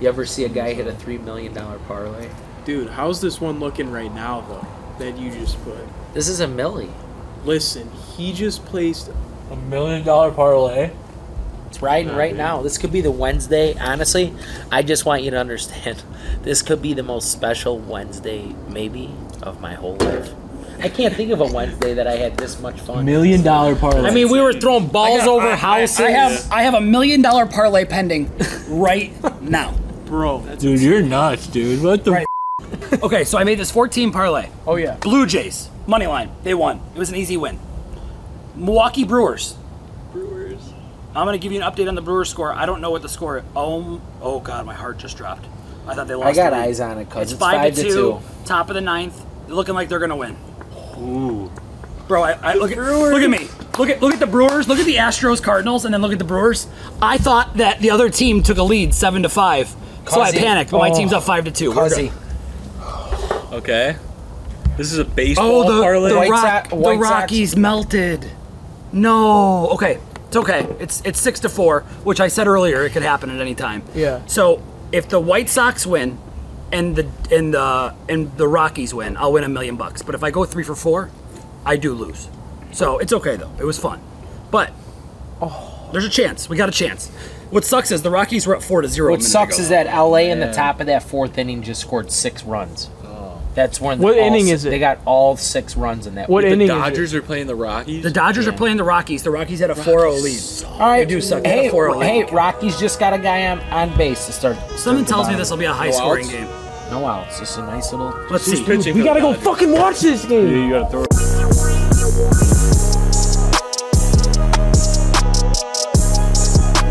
You ever see a guy hit a three million dollar parlay? Dude, how's this one looking right now though? That you just put. This is a millie. Listen, he just placed. A million dollar parlay. It's riding Nah, right dude. now. This could be the Wednesday. Honestly, I just want you to understand. This could be the most special Wednesday, maybe, of my whole life. I can't think of a Wednesday that I had this much fun. Million dollar parlay. I mean, we were throwing balls over houses. I have I have a million dollar parlay pending right now. Bro, dude, you're nuts, dude. What the? Right. Okay, so I made this 14 parlay. oh yeah. Blue Jays money line. They won. It was an easy win. Milwaukee Brewers. Brewers. I'm gonna give you an update on the Brewers score. I don't know what the score. Oh, oh God, my heart just dropped. I thought they lost. I got the lead. eyes on it, cause It's, it's, five, to, two, two. Top of the ninth. Looking like they're gonna win. Ooh. Bro, I, I look at look at me. Look at look at the Brewers. Look at the Astros, Cardinals, and then look at the Brewers. I thought that the other team took a lead seven to five, so I Cuzzy. panicked. My Oh. team's up five to two. We're Cuzzy. good. Okay. This is a baseball Oh, the, parlay. the, White Rock, Sox- the White Sox. Rockies melted. No. Okay. It's okay. It's it's six to four, which I said earlier. It could happen at any time. Yeah. So if the White Sox win, and the and the and the Rockies win, I'll win a million bucks. But if I go three for four, I do lose. So it's okay though. It was fun, but Oh. there's a chance. We got a chance. What sucks is the Rockies were up four to zero. a What minute sucks ago. is that LA in the top of that fourth inning just scored six runs. That's when What all inning s- is it? They got all six runs in that. What week. inning The is it? Dodgers are playing the Rockies. the Dodgers are playing the Rockies. The Rockies had a 4-0 lead. All right, do suck. They Hey, got 4-0 hey, lead. Rockies just got a guy on, on base to start. Something tells me bottom. this will be a high-scoring outs? game. No outs, just a nice little. Let's Who's see. pitching We for gotta the go Dodgers? fucking watch this game. you gotta throw.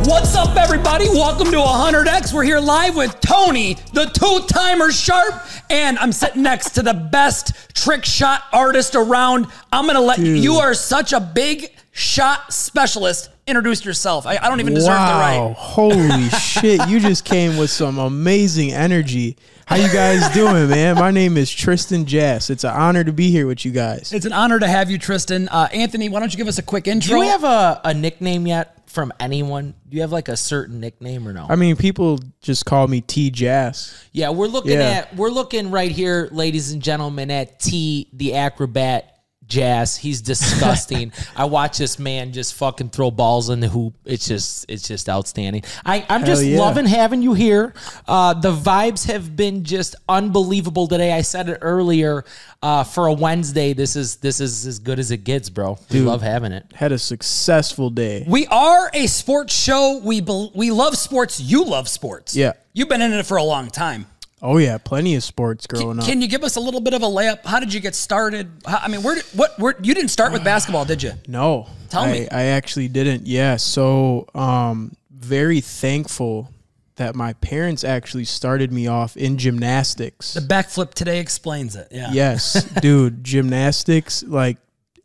What's up, everybody? Welcome to 100X. We're here live with Tony, the two timer sharp, and I'm sitting next to the best trick shot artist around. I'm going to let you are such a big shot specialist. Introduce yourself. I, I don't even deserve wow. Oh, Holy shit. You just came with some amazing energy. How you guys doing, man? My name is Tristan Jass. It's an honor to be here with you guys. the right. It's an honor to have you, Tristan. Uh, Anthony, why don't you give us a quick Do intro? you have a, a nickname yet from anyone? Do you have like a certain nickname or no? I mean, people just call me T Jass. yeah, we're looking Yeah. at we're looking right here, ladies and gentlemen, at T the acrobat. Jazz, he's disgusting. I watch this man just fucking throw balls in the hoop. It's just, it's just outstanding. I, I'm just yeah. loving having you here. Uh, the vibes have been just unbelievable today. I said it earlier. Uh, for a Wednesday, this is this is as good as it gets, bro. We love having it. Had a successful day. we are a sports show. We, bel we love sports. You love sports. Yeah. You've been in it for a long time. Oh, yeah. Plenty of sports growing up. Can you give us a little bit of a layup? How did you get started? How, I mean, where, did- what, where, you didn't start with basketball, did you? No. Tell I, me. I actually didn't. Yeah. So, um, very thankful that my parents actually started me off in gymnastics. Backflip today explains it. Yeah. Yes, dude, gymnastics like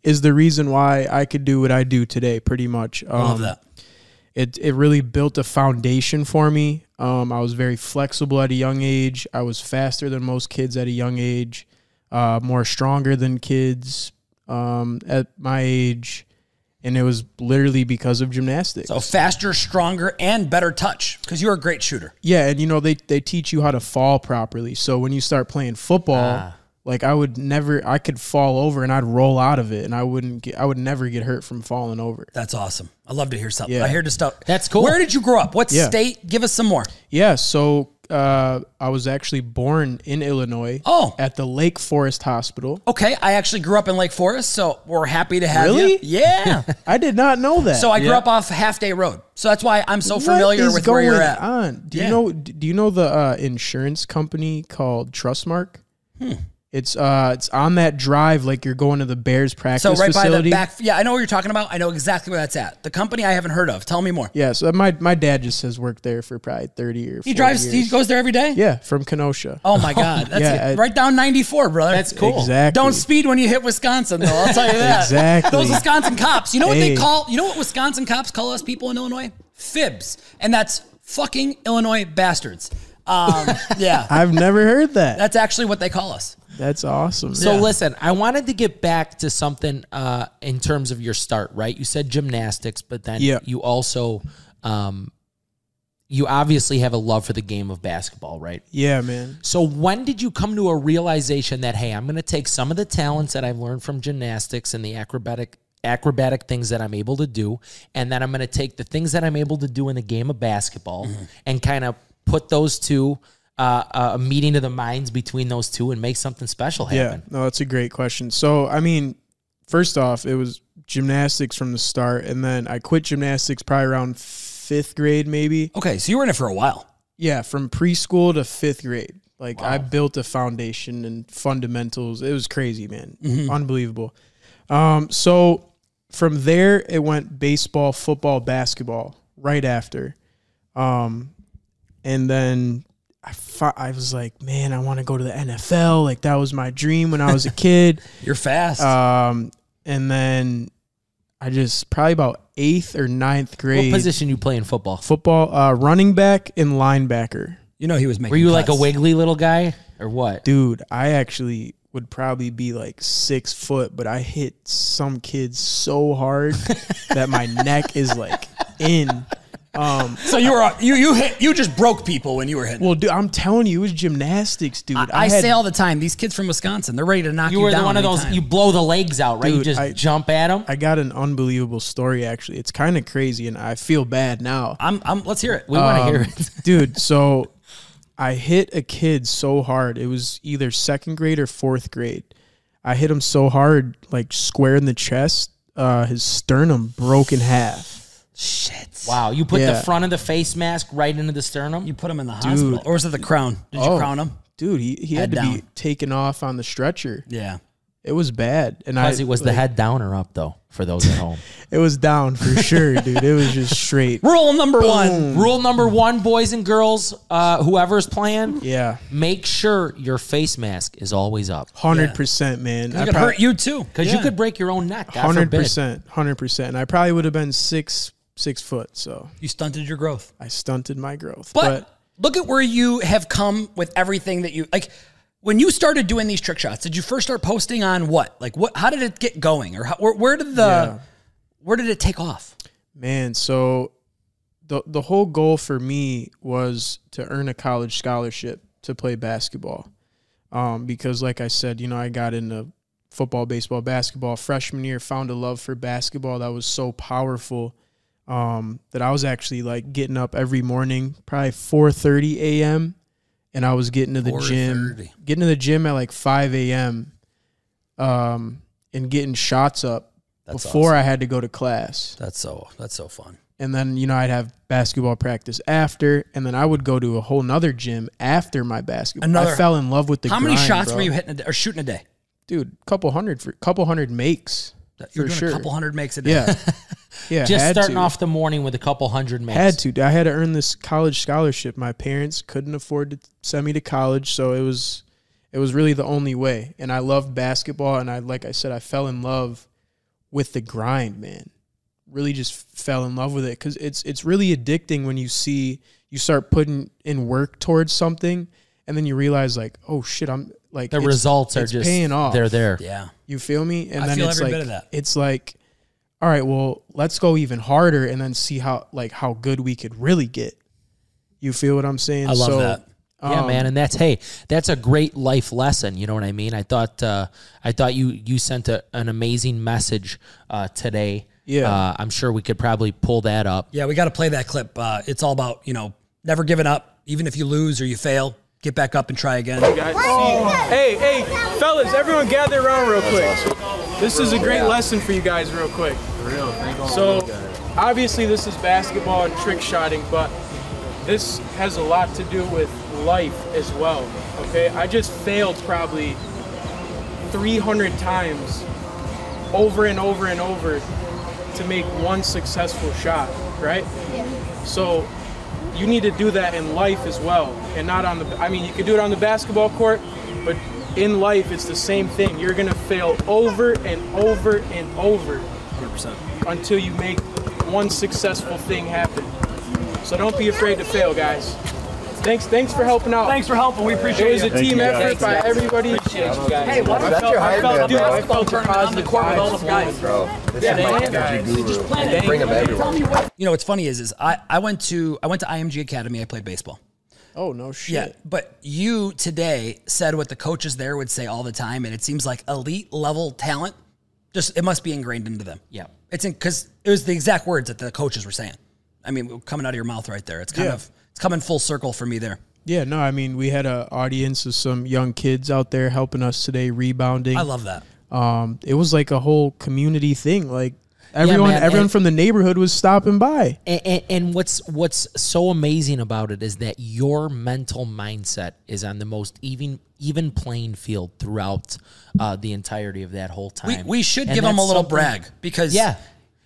is the reason why I could do what I do today pretty much. Um Love that. it it really built a foundation for me. Um I was very flexible at a young age. I was faster than most kids at a young age. Uh more stronger than kids um at my age and it was literally because of gymnastics. So faster, stronger, and better touch because you're a great shooter. Yeah, and you know they they teach you how to fall properly. So when you start playing football, Ah. like I would never, I could fall over and I'd roll out of it, and I wouldn't get, I would never get hurt from falling over. That's awesome. I love to hear something. Yeah. I hear the stuff. That's cool. Where did you grow up? What Yeah. state? Give us some more. Yeah, so uh, I was actually born in Illinois. Oh. at the Lake Forest Hospital. Okay, I actually grew up in Lake Forest, so we're happy to have Really? you. Yeah. I did not know that. so I grew up off Half Day Road, so that's why I'm so What familiar is with where you're going at. On? Do Yeah. you know? Do you know the uh, insurance company called Trustmark? Hmm. It's uh, it's on that drive like you're going to the Bears practice So right by the facility. back. Yeah, I know what you're talking about. I know exactly where that's at. The company I haven't heard of. Tell me more. Yeah, so my my dad just has worked there for probably thirty or 40 He drives. Years. He goes there every day. yeah, from Kenosha. Oh my God! That's Yeah, it. I- right down 94, brother. That's cool. exactly. Don't speed when you hit Wisconsin, though. I'll tell you that. Exactly. Those Wisconsin cops. You know what they Hey. call? You know what Wisconsin cops call us people in Illinois? Fibs, and that's fucking Illinois bastards. Um, yeah, I've never heard that. that's actually what they call us. That's awesome. So Yeah. listen, I wanted to get back to something uh, in terms of your start, right? You said gymnastics, but then Yeah. you also um, you obviously have a love for the game of basketball, right? Yeah, man. So when did you come to a realization that hey, I'm going to take some of the talents that I've learned from gymnastics and the acrobatic acrobatic things that I'm able to do and then I'm going to take the things that I'm able to do in the game of basketball and kind of put those two uh, uh, a meeting of the minds between those two and make something special Yeah, happen. no, that's a great question. So, I mean, first off, it was gymnastics from the start, and then I quit gymnastics probably around fifth grade, maybe. Okay, so you were in it for a while. Yeah, from preschool to fifth grade. Like, I built a foundation and fundamentals. It was crazy, man. Mm-hmm. Unbelievable. Um, so, from there, it went baseball, football, basketball right after. Um, and then I, fi- I was like, man, I want to go to the NFL. Like, that was my dream when I was a kid. You're fast. Um, and then I just probably about eighth or ninth grade What position you play in football? football, uh, running back and linebacker. you know he was making. Were you like a cuts. wiggly little guy or what? Dude, I actually would probably be like six foot, but I hit some kids so hard that my neck is like in. Um, So you were you you hit you just broke people when you were hitting. well, dude, I'm telling you, it was gymnastics, dude. I, I had- say all the time, these kids from Wisconsin, they're ready to knock you, You were down. the one of those anytime. you blow the legs out, right? you Dude, just I- jump at them. I got an unbelievable story. Actually, it's kind of crazy, and I feel bad now. I'm, I'm. Let's hear it. we Um, want to hear it. dude so i hit a kid so hard it was either second grade or fourth grade i hit him so hard like square in the chest uh, his sternum broke in half Shit. Wow, you put the Yeah. front of the face mask right into the sternum. You put him in the hospital, or was it the crown? Did you crown him? dude he, he Head had to be down. taken off on the stretcher Yeah. it was bad and i Ozzy was the head down or up though for those at home. it was down for sure dude it was just straight Rule number Hmm. one. Rule number one, boys and girls, uh, whoever's playing, yeah make sure your face mask is always up 100% man It I could prob- hurt you too. because you Yeah. could break your own neck. Hundred percent. 100% 100% and i probably would have been six six foot so You stunted your growth. i stunted my growth But, look at where you have come with everything that you like. When you started doing these trick shots, did you first start posting on what? Like what? How did it get going, or how, where, where did the where did it take off? Man, so the the whole goal for me was to earn a college scholarship to play basketball. Um, because like I said, you know, I got into football, baseball, basketball freshman year, found a love for basketball that was so powerful um, that I was actually like getting up every morning, probably 4:30 a.m. and I was getting to the gym, 4:30. getting to the gym at like 5 a.m. Um, and getting shots up That's before I had to go to class That's so. That's so fun. and then you know I'd have basketball practice after, and then I would go to a whole nother gym after my basketball. Another- I fell in love with the. How many grind, shots bro. were you hitting a day, or shooting a day? dude? Couple hundred for couple hundred makes. You're for doing sure. a couple hundred makes a day. Yeah, yeah. Just had starting to. off the morning with a couple hundred makes. Had to. dude. I had to earn this college scholarship. My parents couldn't afford to send me to college, so it was it was really the only way. And I loved basketball, and I like I said, I fell in love with the grind, man. Really, just fell in love with it because it's it's really addicting when you see you start putting in work towards something, and then you realize like, oh shit, I'm like The it's- results are it's just paying off. They're there. Yeah. You feel me? And I then feel it's every like bit of that. it's like, all right, well, let's go even harder and then see how like how good we could really get. You feel what I'm saying? I love that. Yeah, um, man, and that's hey, that's a great life lesson. You know what I mean? I thought uh, I thought you you sent a, an amazing message uh, today. Yeah. uh, I'm sure we could probably pull that up. Yeah, we got to play that clip. Uh, it's all about you know never giving up, even if you lose or you fail, get back up and try again. guys. Hey, hey, fellas, everyone gather around real quick. This is a great lesson for you guys real quick. So, obviously this is basketball and trick shotting, but this has a lot to do with life as well. Okay? I just failed probably 300 times over and over and over to make one successful shot, right? So, you need to do that in life as well and not on the i mean you could do it on the basketball court but in life it's the same thing you're going to fail over and over and over until you make one successful thing happen so don't be afraid to fail guys Thanks, thanks for helping out. Thanks for helping. We It appreciate was you. a team effort by everybody. Appreciate you guys. Hey, what That's your hype man, dude, I bro. felt the positive vibes. Bro, this is my energy guru. Bring him everywhere. You know what's funny is is I, I went to I went to IMG Academy. I played baseball. Oh no shit. Yeah, but you today said what the coaches there would say all the time, and it seems like elite level talent. Just it must be ingrained into them. Yeah. it's in because it was the exact words that the coaches were saying. I mean, coming out of your mouth right there. It's kind Yeah. of it's coming full circle for me there. Yeah, no, I mean, we had an audience of some young kids out there helping us today rebounding. I love that. um it was like a whole community thing. Like everyone man, everyone and- from the neighborhood was stopping by. and, and, and what's what's so amazing about it is that your mental mindset is on the most even even playing field throughout uh, the entirety of that whole We, time. we should And give them a that's little something- brag because Yeah,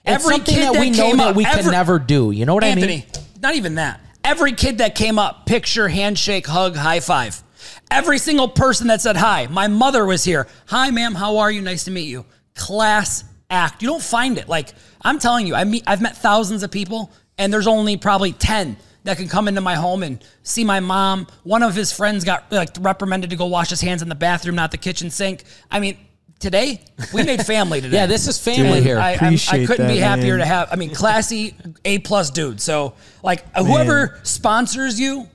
It's every something kid that, that we came know up- that we every- can never do. You know what I mean? Anthony, not even that. Every kid that came up, picture, handshake, hug, high five. Every single person that said hi. My mother was here. Hi, ma'am. How are you? Nice to meet you. Class act. You don't find it. Like I'm telling you, I meet. I've met thousands of people, and there's only probably ten that can come into my home and see my mom. One of his friends got like reprimanded to go wash his hands in the bathroom, not the kitchen sink. I mean, today we made family today. Yeah, this is family And here. I, I'm- I Appreciate couldn't be that, happier to man. have. I mean, classy A plus dude. So like whoever sponsors you,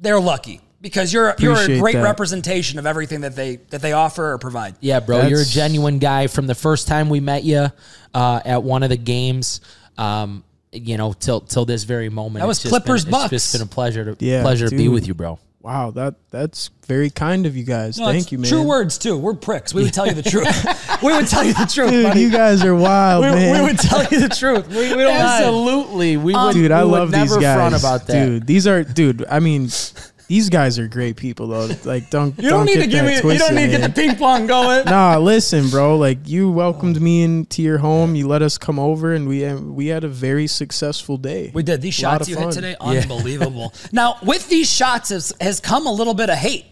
they're lucky because you're you're a Appreciate great that. representation of everything that they that they offer or provide. Yeah, bro, you're a That's- genuine guy from the first time we met you uh, at one of the games. Um, you know, till till this very moment. That was It's just been- Clippers Bucks. It's just been a pleasure to Yeah, pleasure to be dude. with you, bro. Wow, that that's very kind of you guys. Thank it's you, man. True words too. We're pricks. We would tell you the truth. we would tell you the truth, Dude, buddy. you guys are wild, we, man. we would tell you the truth. We, we don't lie. Absolutely, we would. dude, I we would love never these guys. Front about that. Dude, these are dude. I mean, these guys are great people though. Like, don't You don't, need get to give that me. you twisted, don't need to man. get the ping pong going. Nah, listen, bro. Like, you welcomed me into your home. You let us come over, and we we had a very successful day. We did these A lot shots of you fun. hit today, unbelievable. now with these shots has, has come a little bit of hate.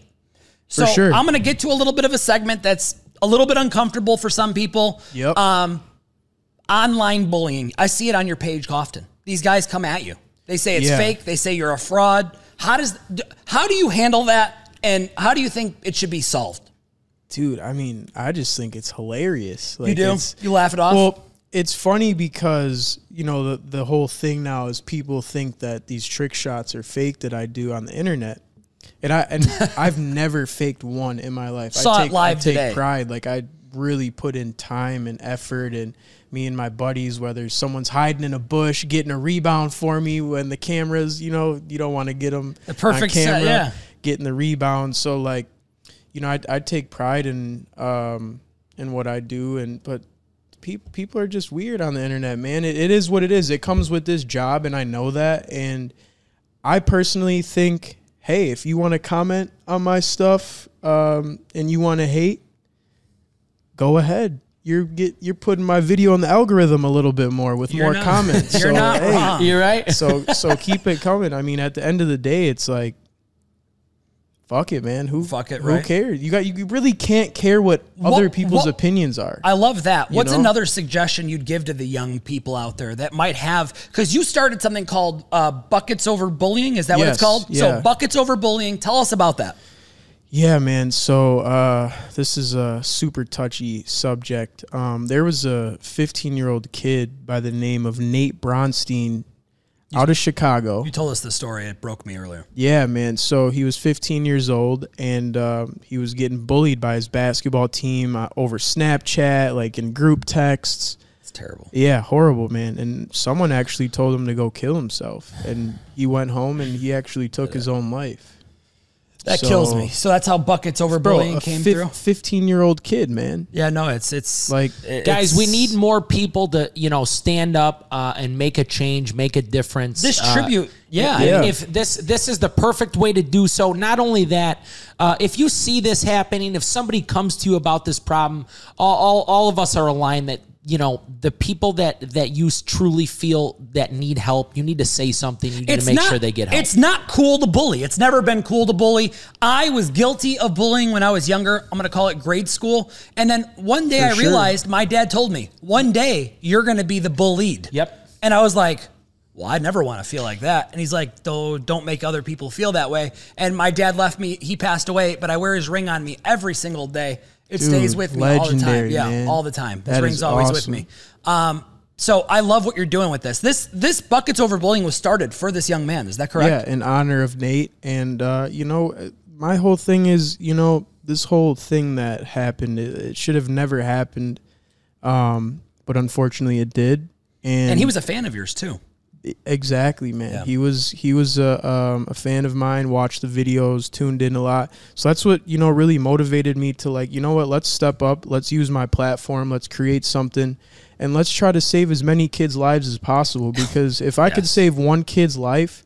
So sure. I'm going to get to a little bit of a segment that's a little bit uncomfortable for some people. Yep. Um, online bullying. I see it on your page often. These guys come at you. They say it's Yeah. fake. They say you're a fraud. How does d- how do you handle that? And how do you think it should be solved? dude. I mean, I just think it's hilarious. Like, You do. it's- You laugh it off. Well, it's funny because you know the the whole thing now is people think that these trick shots are fake that I do on the internet, and I and I've never faked one in my life. Saw it I take, live I take today. pride. Like I really put in time and effort, and me and my buddies, whether someone's hiding in a bush, getting a rebound for me when the cameras, you know, you don't want to get them the perfect set, camera, yeah. getting the rebound. So like, you know, I I take pride in um in what I do, and but people people are just weird on the internet, man. It, it is what it is. It comes with this job, and I know that. And I personally think, hey, if you want to comment on my stuff um, and you want to hate, go ahead. You're get you're putting my video on the algorithm a little bit more with more not- comments. you're so, not hey, wrong. You're right. so so keep it coming. I mean, at the end of the day, it's like, fuck it, man. Who Fuck it, Who right? cares? You got you really can't care what other people's what- opinions are. I love that. What's know? another suggestion you'd give to the young people out there that might have? Because you started something called uh, Buckets Over Bullying. Is that what it's Yes, called? yeah. So, Buckets Over Bullying. Tell us about that. Yeah, man. So uh, this is a super touchy subject. Um, there was a 15 year old kid by the name of Nate Bronstein out of Chicago. You told us the story. It broke me earlier. Yeah, man. So he was 15 years old and um, he was getting bullied by his basketball team uh, over Snapchat, like in group texts. It's terrible. Yeah, horrible, man. And someone actually told him to go kill himself. And he went home and he actually took his own life. That So- kills me. So, that's how Buckets Over Bullying a came fif- through. 15 year old kid, man. Yeah, no, it's it's Like, Guys, we need more people to you know stand up uh, and make a change, make a difference. This Uh, tribute- yeah. and Yeah. If this this is the perfect way to do so. Not only that, uh, if you see this happening, if somebody comes to you about this problem, all all, all of us are aligned that you know the people that that you truly feel that need help. You need to say something. You need to make sure they get help. It's not cool to bully. It's never been cool to bully. I was guilty of bullying when I was younger. I'm going to call it grade school. And then one day I sure. realized my dad told me, one day you're going to be the bullied. Yep. And I was like, well, I never want to feel like that. And he's like, though, don't make other people feel that way. And my dad left me. He passed away, but I wear his ring on me every single day. It stays with me all the time. legendary, Yeah, man. all the time. This That ring's is always awesome. with me. Um, so I love what you're doing with this. This this buckets over bullying was started for this young man. Is that correct? Yeah, in honor of Nate. And, uh, you know, uh, my whole thing is, you know, this whole thing that happened, it, it should have never happened. Um, but unfortunately, it did. And, And he was a fan of yours too. exactly man he was he was a, um, a fan of mine watched the videos tuned in a lot so that's what you know really motivated me to like you know what let's step up let's use my platform let's create something and let's try to save as many kids lives as possible because if i could save one kid's life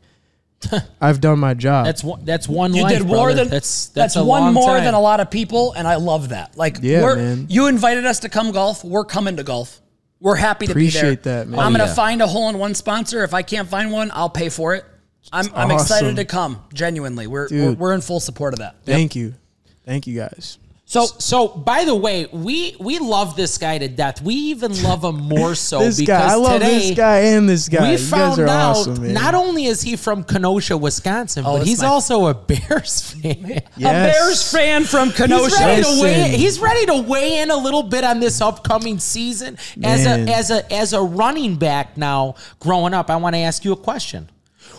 i've done my job That's one. That's one. You life, did more brother. than that's that's, a one long more time. than a lot of people, and I love that. Like, Yeah, we're, man. you invited us to come golf. We're coming to golf. We're happy to Appreciate be there. that, man. I'm Oh, gonna yeah. find a hole in one sponsor. If I can't find one, I'll pay for it. I'm, I'm awesome. excited to come. Genuinely, we're, we're Dude. we're in full support of that. thank you thank you guys So so by the way, we we love this guy to death. We even love him more so this because guy i love today this guy and this guy we you found guys are out awesome man not only is he from Kenosha, Wisconsin, but Oh, that's he's my- also a Bears fan. Yes. Bears fan from He's Kenosha. ready, to weigh, Listen. he's ready to weigh in a little bit on this upcoming season as Man. a as a as a running back now growing up. I want to ask you a question.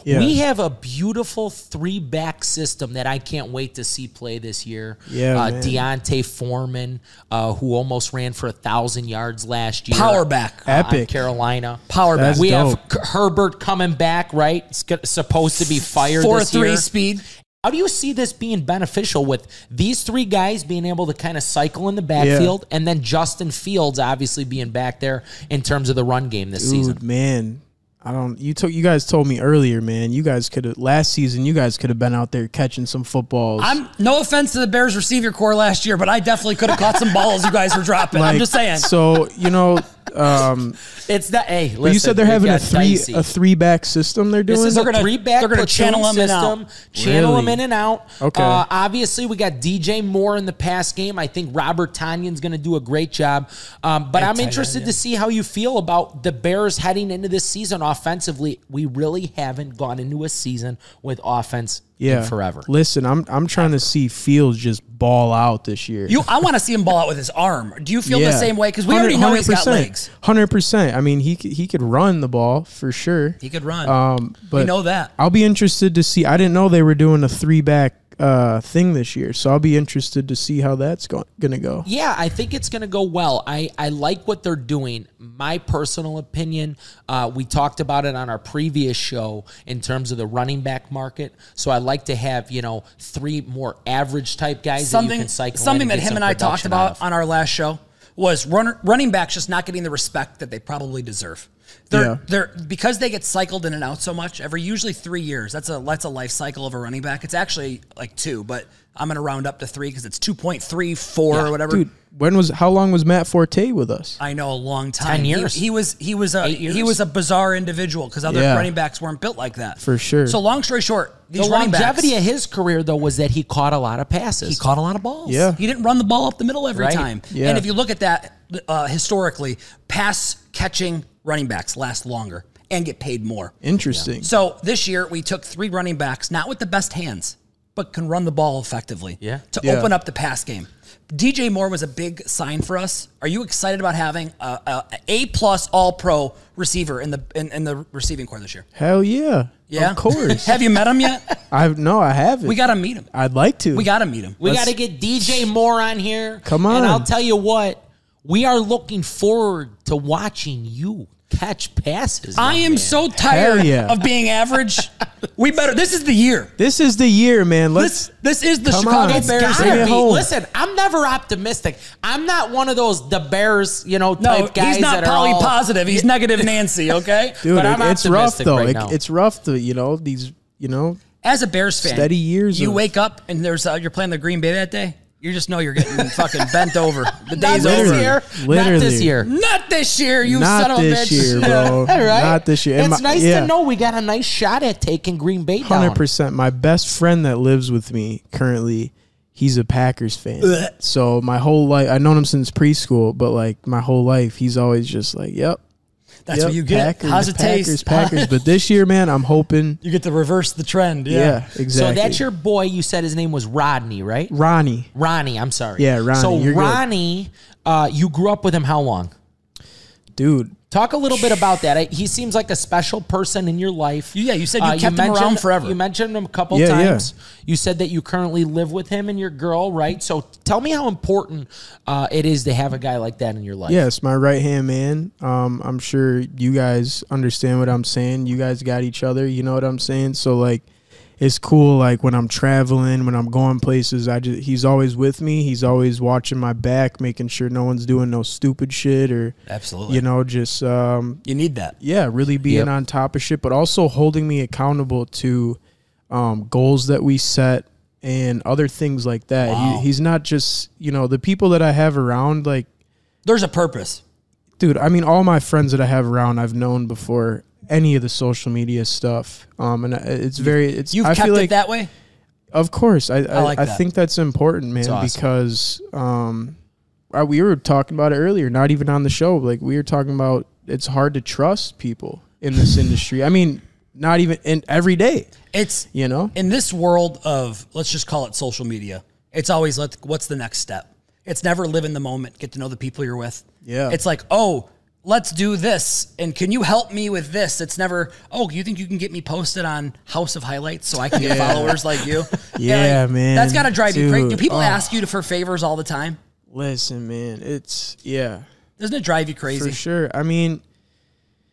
Yeah. We have a beautiful three back system that I can't wait to see play this year. Yeah, uh, man. Deontay Foreman, uh, who almost ran for a thousand yards last year. Power back. on Epic. Carolina. Power back. That's we have dope. K- Herbert coming back, right? It's go- supposed to be fired Four this three year. speed. How do you see this being beneficial with these three guys being able to kind of cycle in the backfield and then Justin Fields obviously being back there in terms of the run game this season? Dude, man, I don't. You told you guys told me earlier, man. You guys could have last season. You guys could have been out there catching some footballs. I'm no offense to the Bears receiver core last year, but I definitely could have caught some balls you guys were dropping. I'm Like, just saying. So you know, um, It's that hey, listen, but you said they're it having a got three dicey. a three back system. They're doing. This is They're a gonna- three back they're gonna channel 'em in and system. Channel them Really? in and out. Okay. Uh, obviously, we got DJ Moore in the pass game. I think Robert Tanyan's going to do a great job. Um, but I'm interested to see how you feel about the Bears heading into this season offensively. We really haven't gone into a season with offense yeah, in forever. Listen, I'm I'm trying to see Fields just ball out this year. You, I want to see him ball out with his arm. Do you feel the same way? Because we already know he's got legs. Hundred percent. I mean, he c- he could run the ball for sure. He could run. Um, but know that. I'll be interested to see. I didn't know they were doing a three back uh, thing this year, so I'll be interested to see how that's going gonna go. Yeah, I think it's going to go well. I, I like what they're doing. My personal opinion, uh, we talked about it on our previous show in terms of the running back market. So I like to have you know three more average type guys. that you something can cycle in something that get him some and I talked production out about of. on our last show was runner, running backs just not getting the respect that they probably deserve. They're Yeah. they're because they get cycled in and out so much every usually three years. That's a that's a life cycle of a running back. It's actually like two, but I'm gonna round up to three because it's two point three four or whatever. Dude, when was how long was Matt Forte with us? I know a long time. 10 He- years. He, was he was a he years? was a bizarre individual because other Yeah. running backs weren't built like that For sure. So long story short, these the running longevity backs, of his career though was that he caught a lot of passes. he caught a lot of balls. Yeah. he didn't run the ball up the middle every Right. time. Yeah. And if you look at that uh, historically, pass catching running backs last longer and get paid more. Interesting. So this year we took three running backs, not with the best hands, but can run the ball effectively. Yeah. To Yeah. open up the pass game. DJ Moore was a big sign for us. Are you excited about having a, a, a A plus All Pro receiver in the in, in the receiving core this year? Hell yeah. Yeah, Of course. Have you met him yet? I've no, I haven't. We gotta meet him. I'd like to. We gotta meet him. We got to get DJ Moore on here. Come And on. I'll tell you what, we are looking forward to watching you catch passes. I young am Oh, man. so tired Hell yeah. of being average. we better. This is the year. This is the year, man. Let's This this is the Come Chicago on. It's It's Bears. gotta gotta year. Bring it be. home. Listen, I'm never optimistic. I'm not one of those the Bears, you know, No, type guys. he's not that are all- positive. He's negative Nancy. Okay. dude, but it- I'm it's rough optimistic though. right It- now. it's rough to, you know, these, you know, as a Bears fan, Steady years You of- wake up and there's uh, you're playing the Green Bay that day. You just know you're getting fucking bent over. The Not day's this over. Literally. year. Not this Literally. year. Not this year, you Not son of a bitch. this year, bro. Right? Not this year. And It's my- nice yeah. to know we got a nice shot at taking Green Bay down. hundred percent. My best friend that lives with me currently, he's a Packers fan. So my whole life, I've known him since preschool, but like my whole life, he's always just like, "Yep, That's Yep, what you get. Packers, How's it Packers, taste? Packers. but this year, man, I'm hoping. you get to reverse the trend. Yeah, Yeah. exactly. So that's your boy. You said his name was Rodney, right? Ronnie. Ronnie. I'm sorry. Yeah, Ronnie, So you're good. Ronnie, uh, you grew up with him how long? Dude, Talk a little bit about that. I, he seems like a special person in your life. You- yeah, you said you kept him around Uh, mentioned- forever. You mentioned him a couple Yeah, yeah. times. You said that you currently live with him and your girl, right? So tell me how important uh, it is to have a guy like that in your life. Yes, my right hand man. Um, I'm sure you guys understand what I'm saying. You guys got each other. You know what I'm saying. So like, it's cool. Like when I'm traveling, when I'm going places, I just he's always with me. He's always watching my back, making sure no one's doing no stupid shit or Absolutely. You know, just um, You need that. yeah, really being on top of shit, but also holding me accountable to um, goals that we set and other things like that. He, he's not just you know the people that I have around like There's a purpose. dude i mean all my friends that i have around i've known before any of the social media stuff um and I- it's very it's You've I kept feel it like that way. of course i i, like I that. think that's important man because um I, we were talking about it earlier not even on the show like we were talking about it's hard to trust people in this industry i mean not even in every day It's you know in this world of let's just call it social media. It's always let what's the next step. It's never live in the moment. Get to know the people you're with. Yeah. It's like oh. Let's do this, and can you help me with this? It's never. Oh, you think you can get me posted on House of Highlights so I can get followers like you? Yeah, man. That's gotta drive you crazy. Do Dude, people oh. ask you to, for favors all the time? listen man it's yeah Doesn't it drive you crazy? for sure. I mean,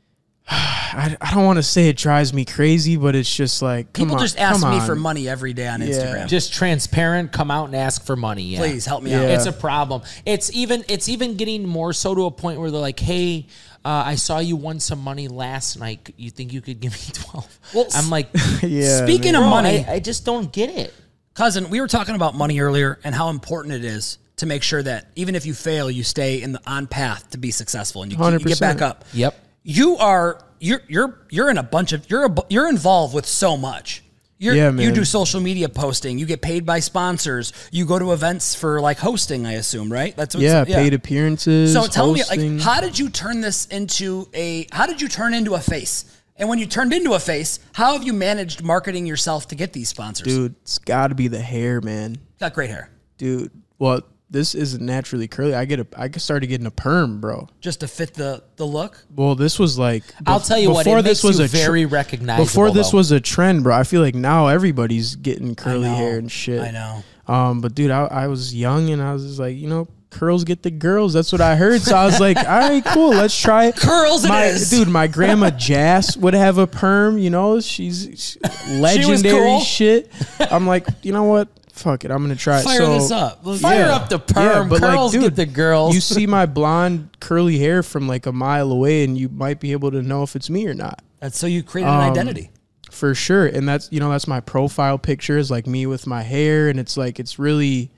I, I don't want to say it drives me crazy, but it's just like come People on, just ask come me on. for money every day on Instagram. Just transparent, come out and ask for money. yeah. Please help me out. Yeah. It's a problem. It's even it's even getting more so to a point where they're like, "Hey, uh, I saw you won some money last night. You think you could give me 12? Well, I'm like, Yeah, Speaking "Bro, of money, I, I just don't get it. cousin, we were talking about money earlier and how important it is to make sure that even if you fail, you stay in the on path to be successful and you, keep, you get 100%. back up. Yep. You are you're you're you're in a bunch of you're a, bu- you're involved with so much. You're, Yeah, You man. do social media posting. You get paid by sponsors. You go to events for like hosting. I assume, right? That's what's, yeah, paid appearances. So tell me, hosting. like, how did you turn this into a? How did you turn into a face? And when you turned into a face, how have you managed marketing yourself to get these sponsors? dude, it's got to be the hair, man, got great hair. dude. Well, this isn't naturally curly. I get a, I started getting a perm, bro. Just to fit the the look. Well, this was like I'll bef- tell you what, it makes you tr- very recognizable, Before this though. was a trend, bro. I feel like now everybody's getting curly know. hair and shit. I know. Um, but dude, I, I was young and I was just like, you know, curls get the girls. That's what I heard. So I was like, all right, cool, let's try it. Curls it my, is. dude. My grandma Jass would have a perm. You know, she's she, legendary cool. shit. I'm like, you know what? Fuck it, I'm gonna try it. Fire So- this up. Let's- Fire up the perm. Curls get the girls. You see my blonde curly hair from like a mile away, and you might be able to know if it's me or not That's so you created Um, an identity. for sure and that's you know that's my profile picture is like me with my hair and it's like it's really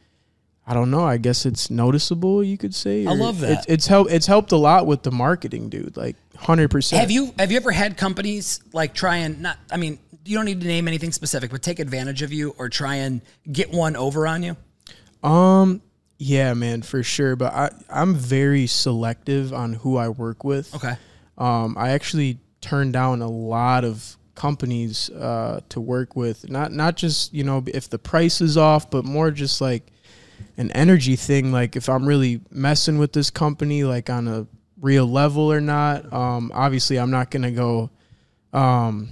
i don't know i guess it's noticeable you could say i love that. it's, it's helped it's helped a lot with the marketing dude like 100% Have you have you ever had companies like try and not? I mean, you don't need to name anything specific, but take advantage of you or try and get one over on you. yeah man for sure but i i'm very selective on who i work with Okay. um i actually turn down a lot of companies uh to work with not not just you know if the price is off but more just like an energy thing like if i'm really messing with this company like on a real level or not um obviously i'm not gonna go um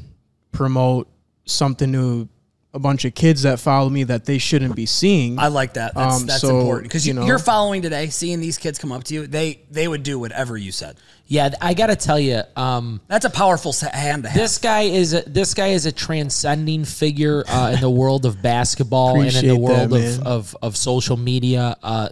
promote something to a bunch of kids that follow me that they shouldn't be seeing I like that. That's, Um, that's so, important because you, you know- you're following today, seeing these kids come up to you. They they would do whatever you said. Yeah, I gotta tell you, um, That's a powerful sa- hand to have. This guy is a, this guy is a transcending figure uh, in the world of basketball and in the Appreciate that, world of, man. of of social media. Uh,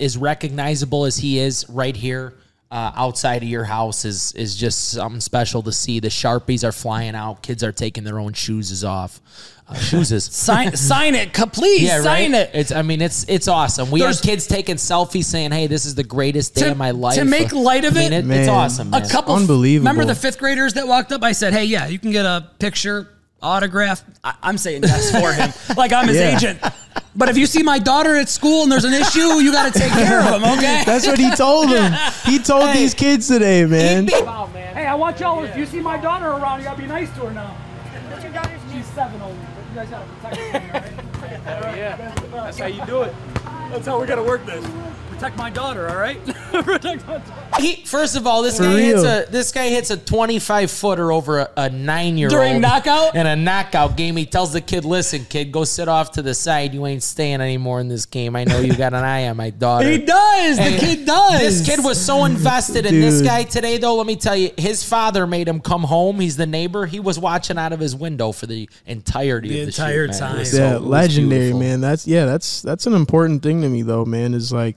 as recognizable as he is, right here uh, outside of your house is is just something special to see. The sharpies are flying out. Kids are taking their own shoes off. Uh, shoes. sign sign it, c- please sign it. It's I mean it's it's awesome. We There's- have kids taking selfies saying, "Hey, this is the greatest day To- of my to life." make light of I mean, it, it's Man. awesome. A man. couple, Unbelievable. Remember the fifth graders that walked up? I said, "Hey, yeah, you can get a picture, autograph." I, I'm saying yes for him, like I'm his Yeah. agent. But if you see my daughter at school and there's an issue, you got to take care of him. Okay, that's what he told them he told these kids today man Hey, I want y'all, if you see my daughter around, you gotta be nice to her now. What's your daughter's name? She's seven only, but you guys gotta protect her, all right? Yeah, That's how you do it. That's how we gotta work this. Protect my daughter, all right? Protect my daughter. He, first of all, this guy real. hits a this guy hits a twenty five footer over a, a nine year old During knockout? and a knockout game. He tells the kid, "Listen, kid, go sit off to the side. You ain't staying anymore in this game. I know you got an eye on my daughter." He does. And the kid does. This kid was so invested in this Dude. guy today, though. Let me tell you, his father made him come home. He's the neighbor. He was watching out of his window for the entirety The of the entire shoot, man. It time. was so- yeah, it was legendary beautiful. man. That's yeah, that's that's an important thing to me though, man. Is like,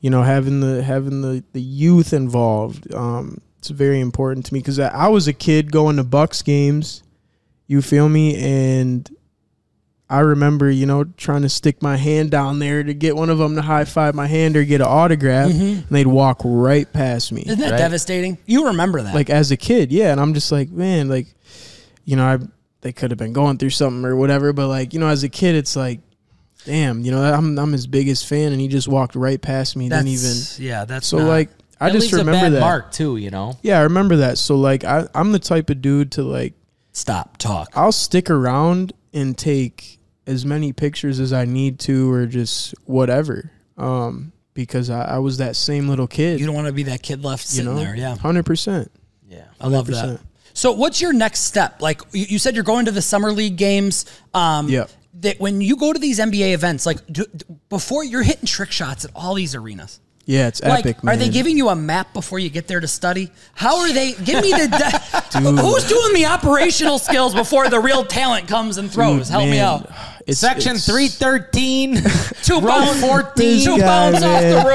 you know, having the having the the youth involved. Um, it's very important to me because I, I was a kid going to Bucks games. You feel me? And I remember, you know, trying to stick my hand down there to get one of them to high five my hand or get an autograph, Mm-hmm. and they'd walk right past me Isn't that devastating? You remember that. like as a kid, yeah. And I'm just like, man, like, you know, I they could have been going through something or whatever, but like, you know, as a kid, it's like, damn, you know, I'm I'm his biggest fan, and he just walked right past me. Didn't even That's- yeah, that's so not- like, I That leaves just a remember bad that. mark too. You know, Yeah, I remember that. So like, I I'm the type of dude to like, stop talk. I'll stick around and take as many pictures as I need to, or just whatever, um, because I, I was that same little kid. You don't want to be that kid left you sitting know, there. Yeah, hundred percent. I love that. 100%. So, what's your next step? Like you, you said, you're going to the summer league games. Um, Yeah. That when you go to these NBA events, like do, d- before you're hitting trick shots at all these arenas. Yeah, it's Like, epic. are they man. giving you a map before you get there to study? How are they? Give me the. De- who's doing the operational skills before the real talent comes and throws? Help me Man, out. it's- section it's- three thirteen. Two pounds, This two guy, pounds off man. the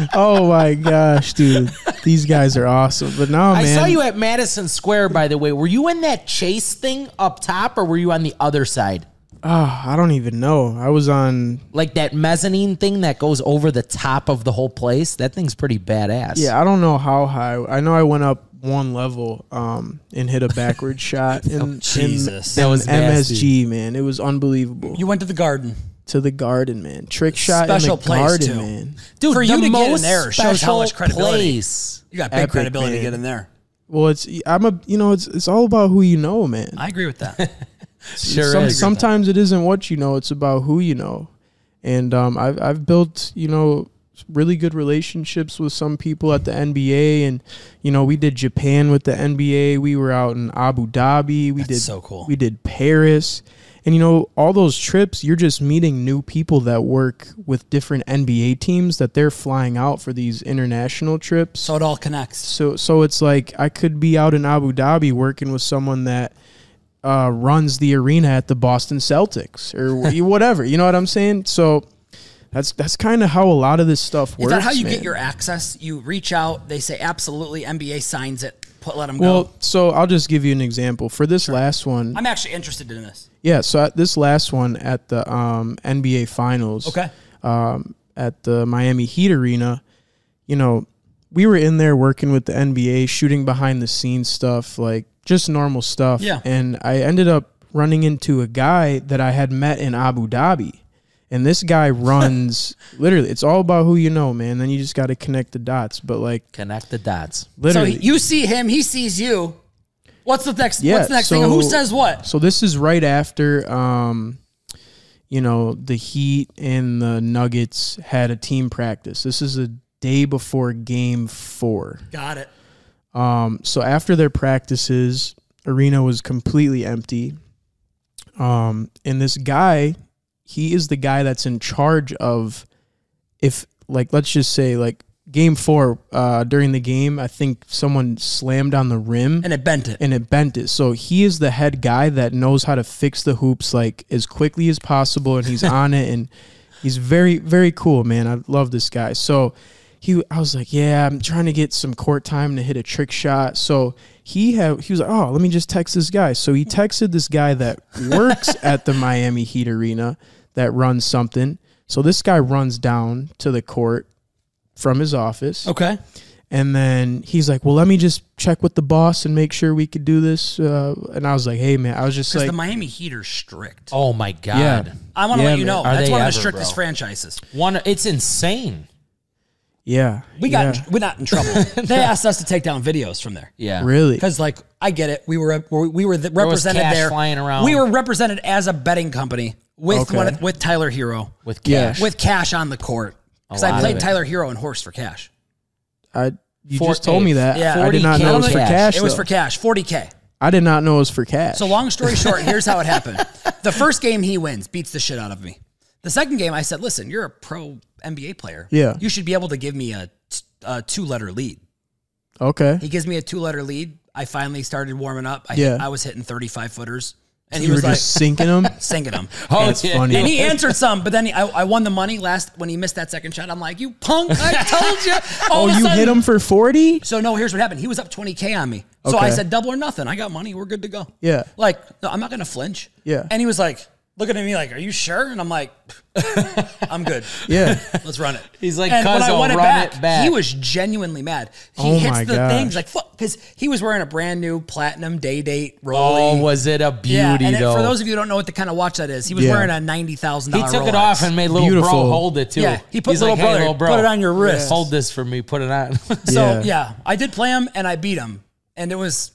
roof. oh my gosh, dude. These guys are awesome. But no, I man. saw you at Madison Square, by the way. Were you in that chase thing up top, or were you on the other side, Ah, I don't even know. I was on. like that mezzanine thing that goes over the top of the whole place? That thing's pretty badass. Yeah, I don't know how high. I know I went up one level um, and hit a backward shot. And, Jesus. That was MSG, man. It was unbelievable. You went to the garden. to the garden, man. Trick shot Special in the place, garden, too. man. dude. For the you to get in most there shows how much special credibility. Place. You got big Epic, credibility to man. get in there. Well, it's I'm a you know it's it's all about who you know, man. I agree with that. Sure. Some, is. sometimes it isn't what you know; it's about who you know. And um, I've I've built you know really good relationships with some people at the NBA, and you know we did Japan with the NBA. We were out in Abu Dhabi. We did so cool. We did Paris, and you know all those trips, you're just meeting new people that work with different NBA teams that they're flying out for these international trips. so it all connects. So so it's like I could be out in Abu Dhabi working with someone that uh, runs the arena at the Boston Celtics or wh- whatever. You know what I'm saying? So that's that's kind of how a lot of this stuff works. Is that how you man. get your access? You reach out. They say absolutely. NBA signs it. Put let them Well, go. so I'll just give you an example for this last one. I'm actually interested in this. yeah, so at this last one at the um, NBA Finals. um, at the Miami Heat Arena, you know, we were in there working with the NBA, shooting behind the scenes stuff, like just normal stuff. Yeah. And I ended up running into a guy that I had met in Abu Dhabi. And this guy runs literally, it's all about who you know, man. Then you just got to connect the dots. But like, Connect the dots. literally. So he- you see him. He sees you. What's the next? Yeah, what's the next thing? so- Who says what? So this is right after, um, you know, the Heat and the Nuggets had a team practice. This is a day before Game Four. Got it. Um, so after their practices, arena was completely empty. Um, and this guy, he is the guy that's in charge of if like let's just say like game four uh, during the game, I think someone slammed on the rim And it bent it. and it bent it. So he is the head guy that knows how to fix the hoops like as quickly as possible, and he's on it, and he's very very cool, man. I love this guy. So he, I was like, yeah, I'm trying to get some court time to hit a trick shot. So he had he was like, oh, let me just text this guy. So he texted this guy that works at the Miami Heat arena that runs something. So this guy runs down to the court from his office. Okay. And then he's like, "Well, let me just check with the boss and make sure we could do this." Uh, and I was like, "Hey, man, I was just Because like, the Miami Heat are strict. Oh my god. yeah, I want to Yeah, let you man. know Are that's they one of the ever, strictest bro? franchises. One. It's insane. Yeah. We got yeah. in, we're not in trouble. they asked us to take down videos from there. Yeah. really. Because like I get it, we were we were the was represented cash there. flying around. We were represented as a betting company with Okay. one of- with Tyler Hero With Yeah. cash. with cash on the court because lot I of played it. Tyler Hero and horse for cash. I you For- just told me that. Yeah. Uh, I 40K did not know it was for cash. cash. It was though. for cash, forty k. I did not know it was for cash. So long story short, here's how it happened. The first game he wins, beats the shit out of me. The second game, I said, "Listen, you're a pro NBA player. Yeah. you should be able to give me a, t- a two letter lead." Okay. He gives me a two letter lead. I finally started warming up. I, Yeah. I was hitting thirty five footers, and he You were was just like sinking them. singing them. That's Oh, funny. And he answered some, but then he, I, I won the money last when he missed that second shot. I'm like, you punk! I told you. All oh, of a you sudden- hit them for forty? So no, here's what happened. He was up 20k on me. So I Okay. said double or nothing. I got money. We're good to go. Yeah. Like no, I'm not gonna flinch. Yeah. And he was like looking at me like, "Are you sure?" And I'm like, "I'm good. Yeah. Let's run it." He's like, and when I "Cuzzo, won it run back, it back." he was genuinely mad. He Oh hits my the gosh. things like fuck because he was wearing a brand new platinum day date Oh, rolling. was it a beauty yeah, and it- though? for those of you who don't know what the kind of watch that is, he was Yeah. wearing a ninety thousand he dollars. took it off and made little bro Beautiful. hold it too. Yeah, he put He's little like, "Hey, brother, put it on your wrist." Hold this for me. Put it on. so Yeah. yeah. I did play him and I beat him, and it was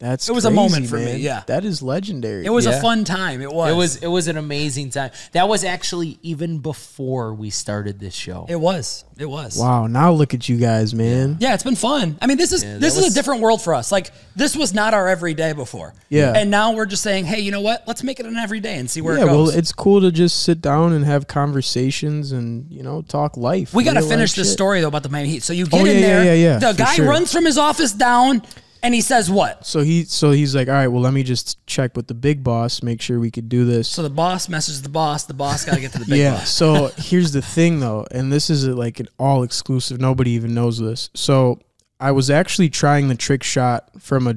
That's It was a crazy, moment for me, man. yeah. That is legendary. it was Yeah. a fun time. It was. it was it was an amazing time. That was actually even before we started this show. It was. It was. Wow, now look at you guys, man. Yeah, it's been fun. I mean, this is this that is was- a different world for us. Like this was not our everyday before. Yeah. And now we're just saying, hey, you know what? Let's make it an everyday and see where Yeah, it well, goes. it's cool to just sit down and have conversations and, you know, talk life. we got to real finish life this shit. Oh, story though about the Miami Heat. So you get yeah, in yeah, there. yeah, yeah, The for guy sure. runs from his office down, and he says, "What?" So he so he's like, "All right, well, let me just check with the big boss, make sure we could do this." So the boss messages the boss. The boss got to get to the big yeah. boss. so here's the thing, though, and this is uh, like an all exclusive. Nobody even knows this. So I was actually trying the trick shot from a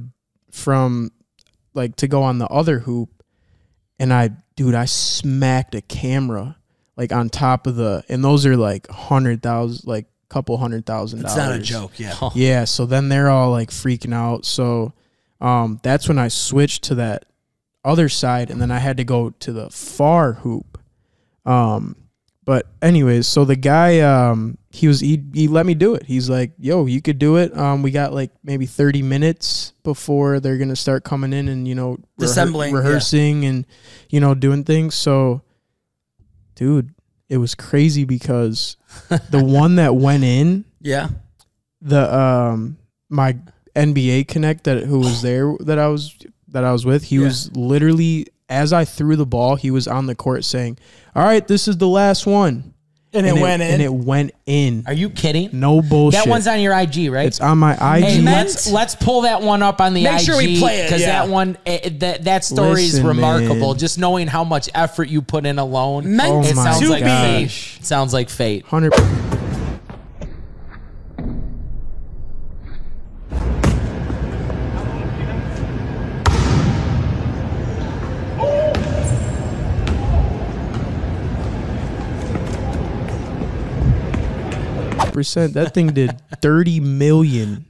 from like to go on the other hoop, and I, dude, I smacked a camera like on top of the, and those are like hundred thousand, like couple hundred thousand It's dollars. not a joke. Yeah. Yeah, so then they're all like freaking out. So um, that's when I switched to that other side, and then I had to go to the far hoop. Um, but anyways, so the guy um, he was he, he let me do it. He's like, "Yo, you could do it." Um, we got like maybe thirty minutes before they're gonna start coming in and you know rehe- Assembling, yeah. rehearsing, and you know doing things. So, dude, it was crazy because the one that went in Yeah. the um my NBA connect that who was there that I was that I was with, he was literally as I threw the ball, he was on the court saying, "All right, this is the last one." And, it, went in. And it went in. Are you kidding? No bullshit. That one's on your IG, right? it's on my IG. Hey, meant- let's let's pull that one up on the Make IG sure we play it, because yeah. that one eh, eh, that that story is Listen, remarkable. man. Just knowing how much effort you put in alone, Meant it Oh my sounds to like be. fate. It sounds like fate. 100 percent. That thing did 30 million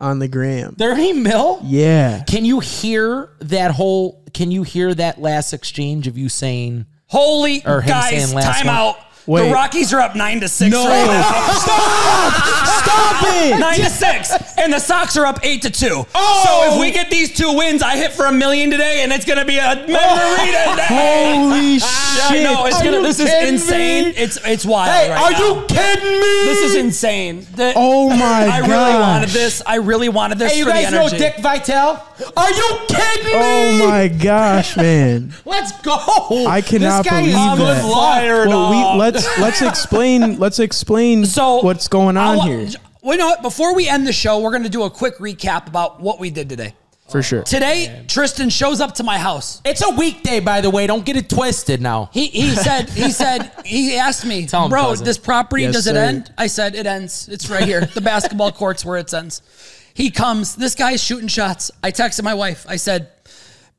on the gram. Thirty mil. Yeah. Can you hear that whole? Can you hear that last exchange of you saying? Holy Or him guys! saying last one. Timeout. Wait. The Rockies are up nine to six No. right now. Stop it! Nine to six, and the Sox are up eight to two. Oh! So if we get these two wins, I hit for a million today, and it's gonna be a margarita day. Oh. Holy shit! Yeah, no, it's Are gonna. you This is kidding insane. me? It's it's wild. Hey, right are now. you kidding me? This is insane. The- Oh my I really wanted gosh. this. I really wanted this. Hey, you for the guys know energy. Dick Vitale? Are you kidding me? Oh my gosh, man! Let's go! I cannot this guy believe is that. good liar. Well, we let's let's explain let's explain So what's going I on wa- here Well, you know what? Before we end the show, we're gonna do a quick recap about what we did today. for sure. Today, Tristan shows up to my house. It's a weekday, by the way. Don't get it twisted now. He, he said he said he asked me, Tell him, bro, cousin." this property Yes, does it sir. end? I said it ends. It's right here. The basketball court's where it ends. He comes. This guy's shooting shots. I texted my wife. I said,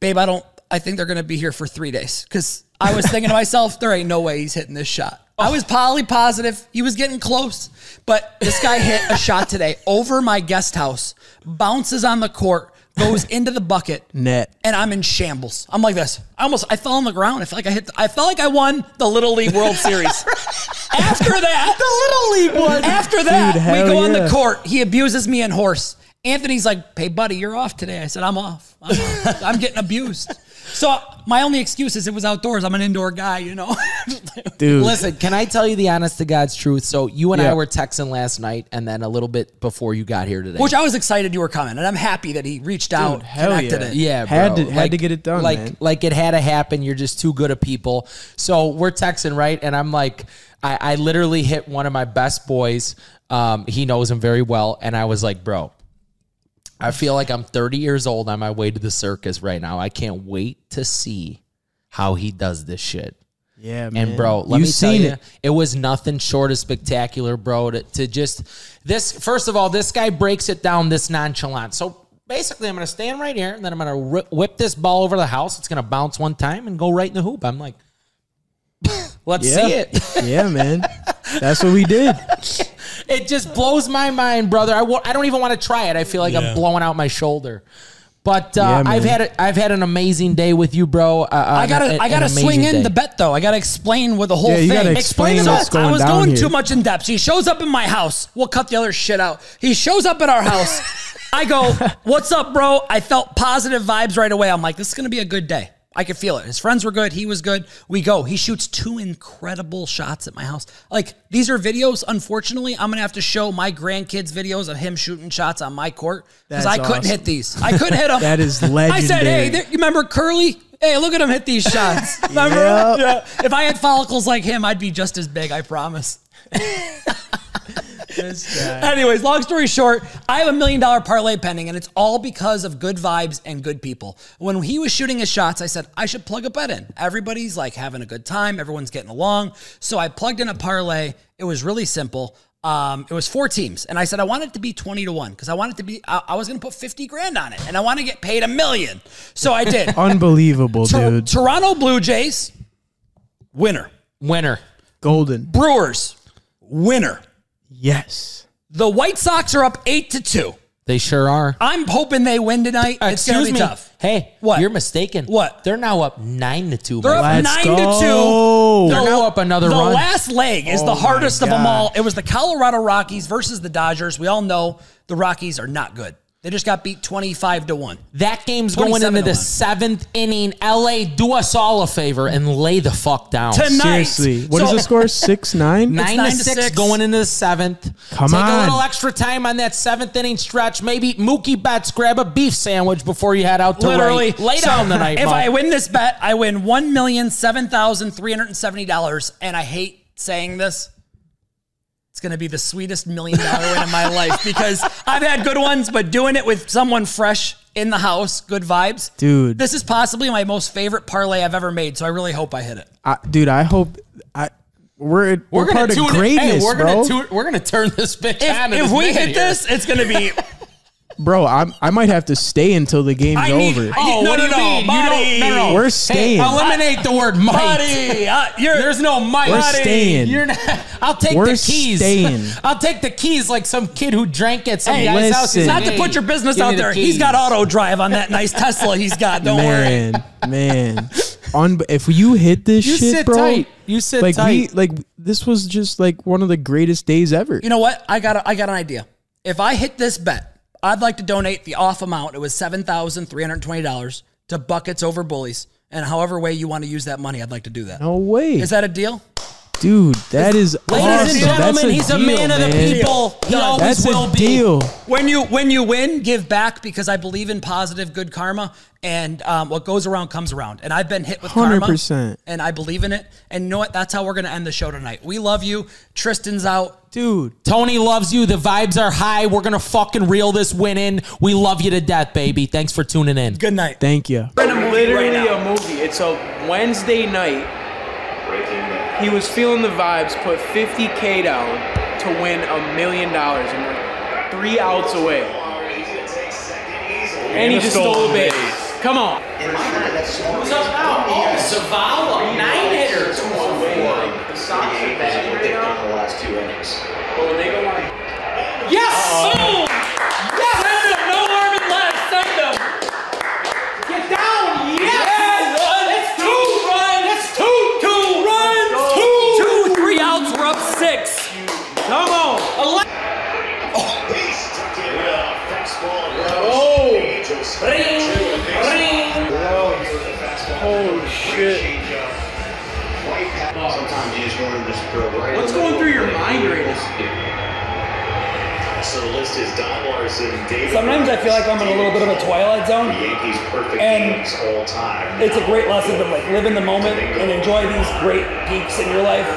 babe, I don't. I think they're gonna be here for three days because I was thinking to myself, there ain't no way he's hitting this shot. I was poly positive. He was getting close, but this guy hit a shot today over my guest house, bounces on the court, goes into the bucket, Net. and I'm in shambles. I'm like this. I almost I fell on the ground. I felt like I hit. I felt like I won the Little League World Series. After that, the little league one. After that, Dude, we hell go on the yeah. court. He abuses me and horse. Anthony's like, "Hey, buddy, you're off today." I said, "I'm off. I'm, off. I'm getting abused." So my only excuse is it was outdoors. I'm an indoor guy, you know. dude. Listen, can I tell you the honest to God's truth? So you and I Yeah. were texting last night, and then a little bit before you got here today. Which I was excited you were coming, and I'm happy that he reached out, hell connected yeah. it. yeah, Had bro. to- had to get it done, Like man. like it had to happen. You're just too good of people. So we're texting right, and I'm like, I, I literally hit one of my best boys. Um, he knows him very well, and I was like, bro, I feel like I'm 30 years old on my way to the circus right now. I can't wait to see how he does this shit. yeah, man. And bro, let you me seen tell you, it. it. was nothing short of spectacular, bro. To, to just this, first of all, this guy breaks it down this nonchalant. So basically, I'm gonna stand right here, and then I'm gonna ri- whip this ball over the house. It's gonna bounce one time and go right in the hoop. I'm like, let's Yeah. see it. yeah, man. That's what we did. It just blows my mind, brother. I won't, I don't even want to try it. I feel like I'm blowing out my shoulder. But uh, Yeah, man. I've had a, I've had an amazing day with you, bro. Uh, I gotta, I gotta swing in the bet though. I gotta explain with the whole Yeah, you thing. gotta explain So what's I going was down going here. too much in depth. He shows up in my house. We'll cut the other shit out. He shows up at our house. I go, "What's up, bro?" I felt positive vibes right away. I'm like, "This is gonna be a good day." I could feel it. His friends were good. He was good. We go. He shoots two incredible shots at my house. Like these are videos. Unfortunately, I'm gonna have to show my grandkids videos of him shooting shots on my court because That's I couldn't awesome. hit these. I couldn't hit them. That is I said, legendary. "Hey, there, you remember Curly? Hey, look at him hit these shots. Remember? Yep. Yeah. If I had follicles like him, I'd be just as big, I promise. Anyways, long story short, I have a million dollar parlay pending, and it's all because of good vibes and good people. When he was shooting his shots, I said, I should plug a bet in. Everybody's like having a good time, everyone's getting along. So I plugged in a parlay. It was really simple. Um, it was four teams, and I said I want it to be twenty to one because I want it to be. I, I was going to put fifty grand on it, and I want to get paid a million. So I did. Unbelievable, Tor- dude. Toronto Blue Jays, winner. winner. Golden. Brewers, winner. Yes. The White Sox are up eight to two. They sure are. I'm hoping they win tonight. it's gonna be tough. Hey, What? You're mistaken. What? They're now up nine to two. They're my up friend. Let's nine go. Oh to two. They're now up another the run. last leg is the my hardest of them God. all. It was the Colorado Rockies versus the Dodgers. We all know the Rockies are not good. They just got beat twenty five to one. Oh, that game's going 27 into to the one. seventh inning. LA, do us all a favor and lay the fuck down. Tonight. Seriously. What is So- the score? Six nine. Nine, nine to to six, six. going into the seventh. Come Take a on. little extra time on that seventh inning stretch. Maybe Mookie Betts grab a beef sandwich before you head out to Literally right. lay So, down tonight. If Mo. I win this bet, I win one million seven thousand three hundred and seventy dollars. And I hate saying this. It's gonna be the sweetest million dollar win of my life because I've had good ones, but doing it with someone fresh in the house, good vibes. Dude. This is possibly my most favorite parlay I've ever made, so I really hope I hit it. I, dude, I hope I we're we're, we're gonna part tune of it- greatness, hey, we're bro. gonna tune- we're gonna turn this bitch If, on. in if a we minute hit here. this, it's gonna be bro, I'm, I might have to stay until the game's I need- I- over. Oh, No, what do no, you no, mean? buddy. You don't, no, no. We're Hey, staying. eliminate the word might. buddy. uh, you're, There's no might. We're staying. You're not, I'll take We're the keys. staying. I'll take the keys like some kid who drank at some Hey, guy's house. He's listen. not like, to put your "Hey, business give me out the there. He's got keys." auto drive on that nice Tesla he's got. Don't worry. man, man. Un- if you hit this You shit, sit bro, tight. You sit like tight. we like this was just like one of the greatest days ever. You know what? I got a, I got an idea. If I hit this bet, I'd like to donate the off amount. It was seven thousand three hundred twenty dollars to Buckets Over Bullies, and however way you want to use that money, I'd like to do that. Is no way, that a deal? dude. That is Ladies awesome. and That's gentlemen, a he's a deal, man of man. the people. He Done. always That's will a be. deal. When you when you win, give back because I believe in positive, good karma, and um, what goes around comes around. And I've been hit with karma, 100%. and I believe in it. And you know what? That's how we're gonna end the show tonight. We love you. Tristan's out. dude. Tony loves you. The vibes are high. We're gonna fucking reel this win in. We love you to death, baby. Thanks for tuning in. Good night. Thank you. literally a movie. It's a Wednesday night. He was feeling the vibes, put 50k down to win a million dollars, and we're three outs away. And he just stole a base. Come on. Oh, Zavala, nine hitters. Oh, Yes! Yes! Send him! No arm and left! Send him! Get down! Yes! Let's two, Ryan! Let's two! Two runs! Two! Two, three outs. We're up Sometimes you just want to just go right. What's in the going through middle your of mind the right field. So the list is Don Larson, David. Sometimes I feel like I'm in a little bit of a twilight The zone. Yankees' perfect And games all time. It's a great lesson to like live in the moment and enjoy these great peaks in your life.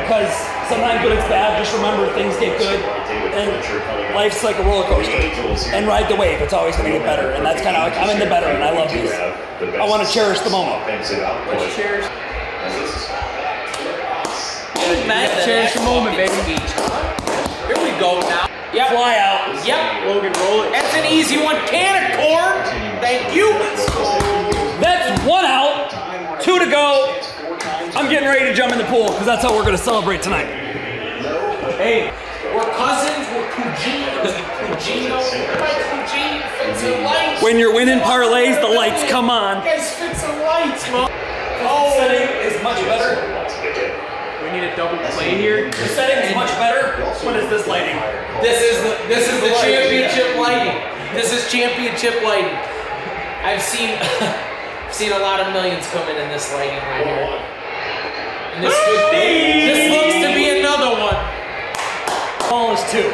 Because sometimes when it's bad, just remember things get good. And life's like a roller coaster. And ride the wave. It's always going to get better. And that's kind of like I'm in the better, and I love You these. have the best I want to cherish the moment. offensive output. Cheers. And this is back to the box. Cherish the moment, baby. Here we go now. Yep. Fly out. Yep. Logan, roll it. That's an easy one. Can of corn. Thank you. That's one out, two to go. I'm getting ready to jump in the pool because that's how we're going to celebrate tonight. Hey, We're cousins, we're Cuginos, Cugino. My Cugino fits in lights. When you're winning parlays, the lights come on. Guys, fits in lights, man. Oh, Setting is much better. we need a double play here. The setting is much better. What is this lighting? this is the, this is the championship lighting. This is championship lighting. I've seen I've seen a lot of millions come in in this lighting right here. And this could be, this looks to be another one. Ball is two.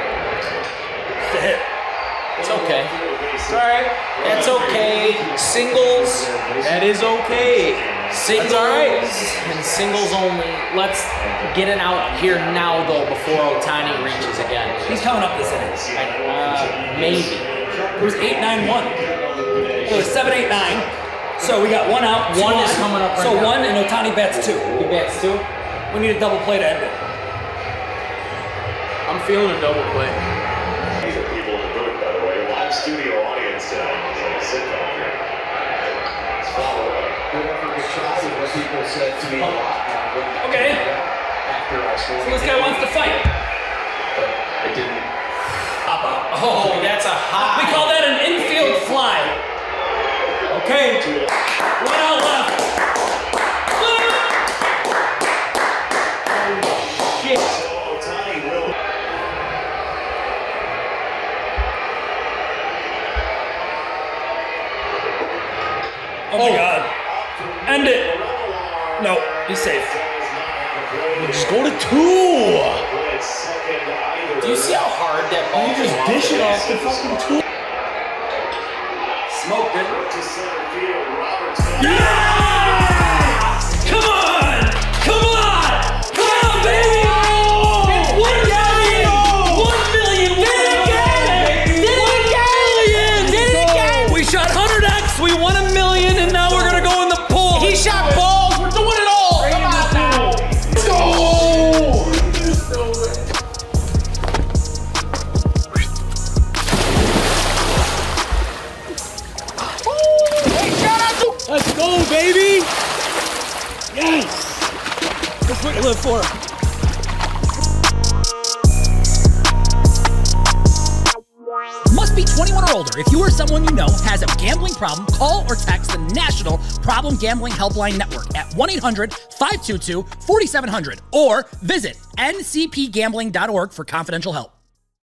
It's a hit. It's okay. It's alright. That's okay. Singles. That is okay. Singles alright. and singles only. Let's get it out here now though before Otani reaches again. He's coming up this inning. Like, uh, maybe. It was eight nine one. It was seven eight nine. So we got one out. two One is on. coming up right So now. one and Otani bats two. He bets two. We need a double play to end it. I'm feeling a double play. These are people in the booth, by the way. Live studio audience tonight. So sit back here. Let's follow up. Okay. So this guy wants to fight. Hop out. Oh, that's a high. We call that an infield fly. Okay. One out left. Oh, Oh my god. End it. No, he's safe. Just go to two. Do you see how hard that ball You just dish it off the fucking two. Smoked it. Come on! Come on! Come on, baby! It's one million! One million! Did it again! Did it again! Did it again! We shot 100x, we won a million, and now we're gonna go in the pool. He shot balls! We're doing it all! Come on now! Let's go! Let's go, baby! Yes! That's what you live for. Must be 21 or older. If you or someone you know has a gambling problem, call or text the National Problem Gambling Helpline Network at 1 800 522 4700 or visit ncpgambling.org for confidential help.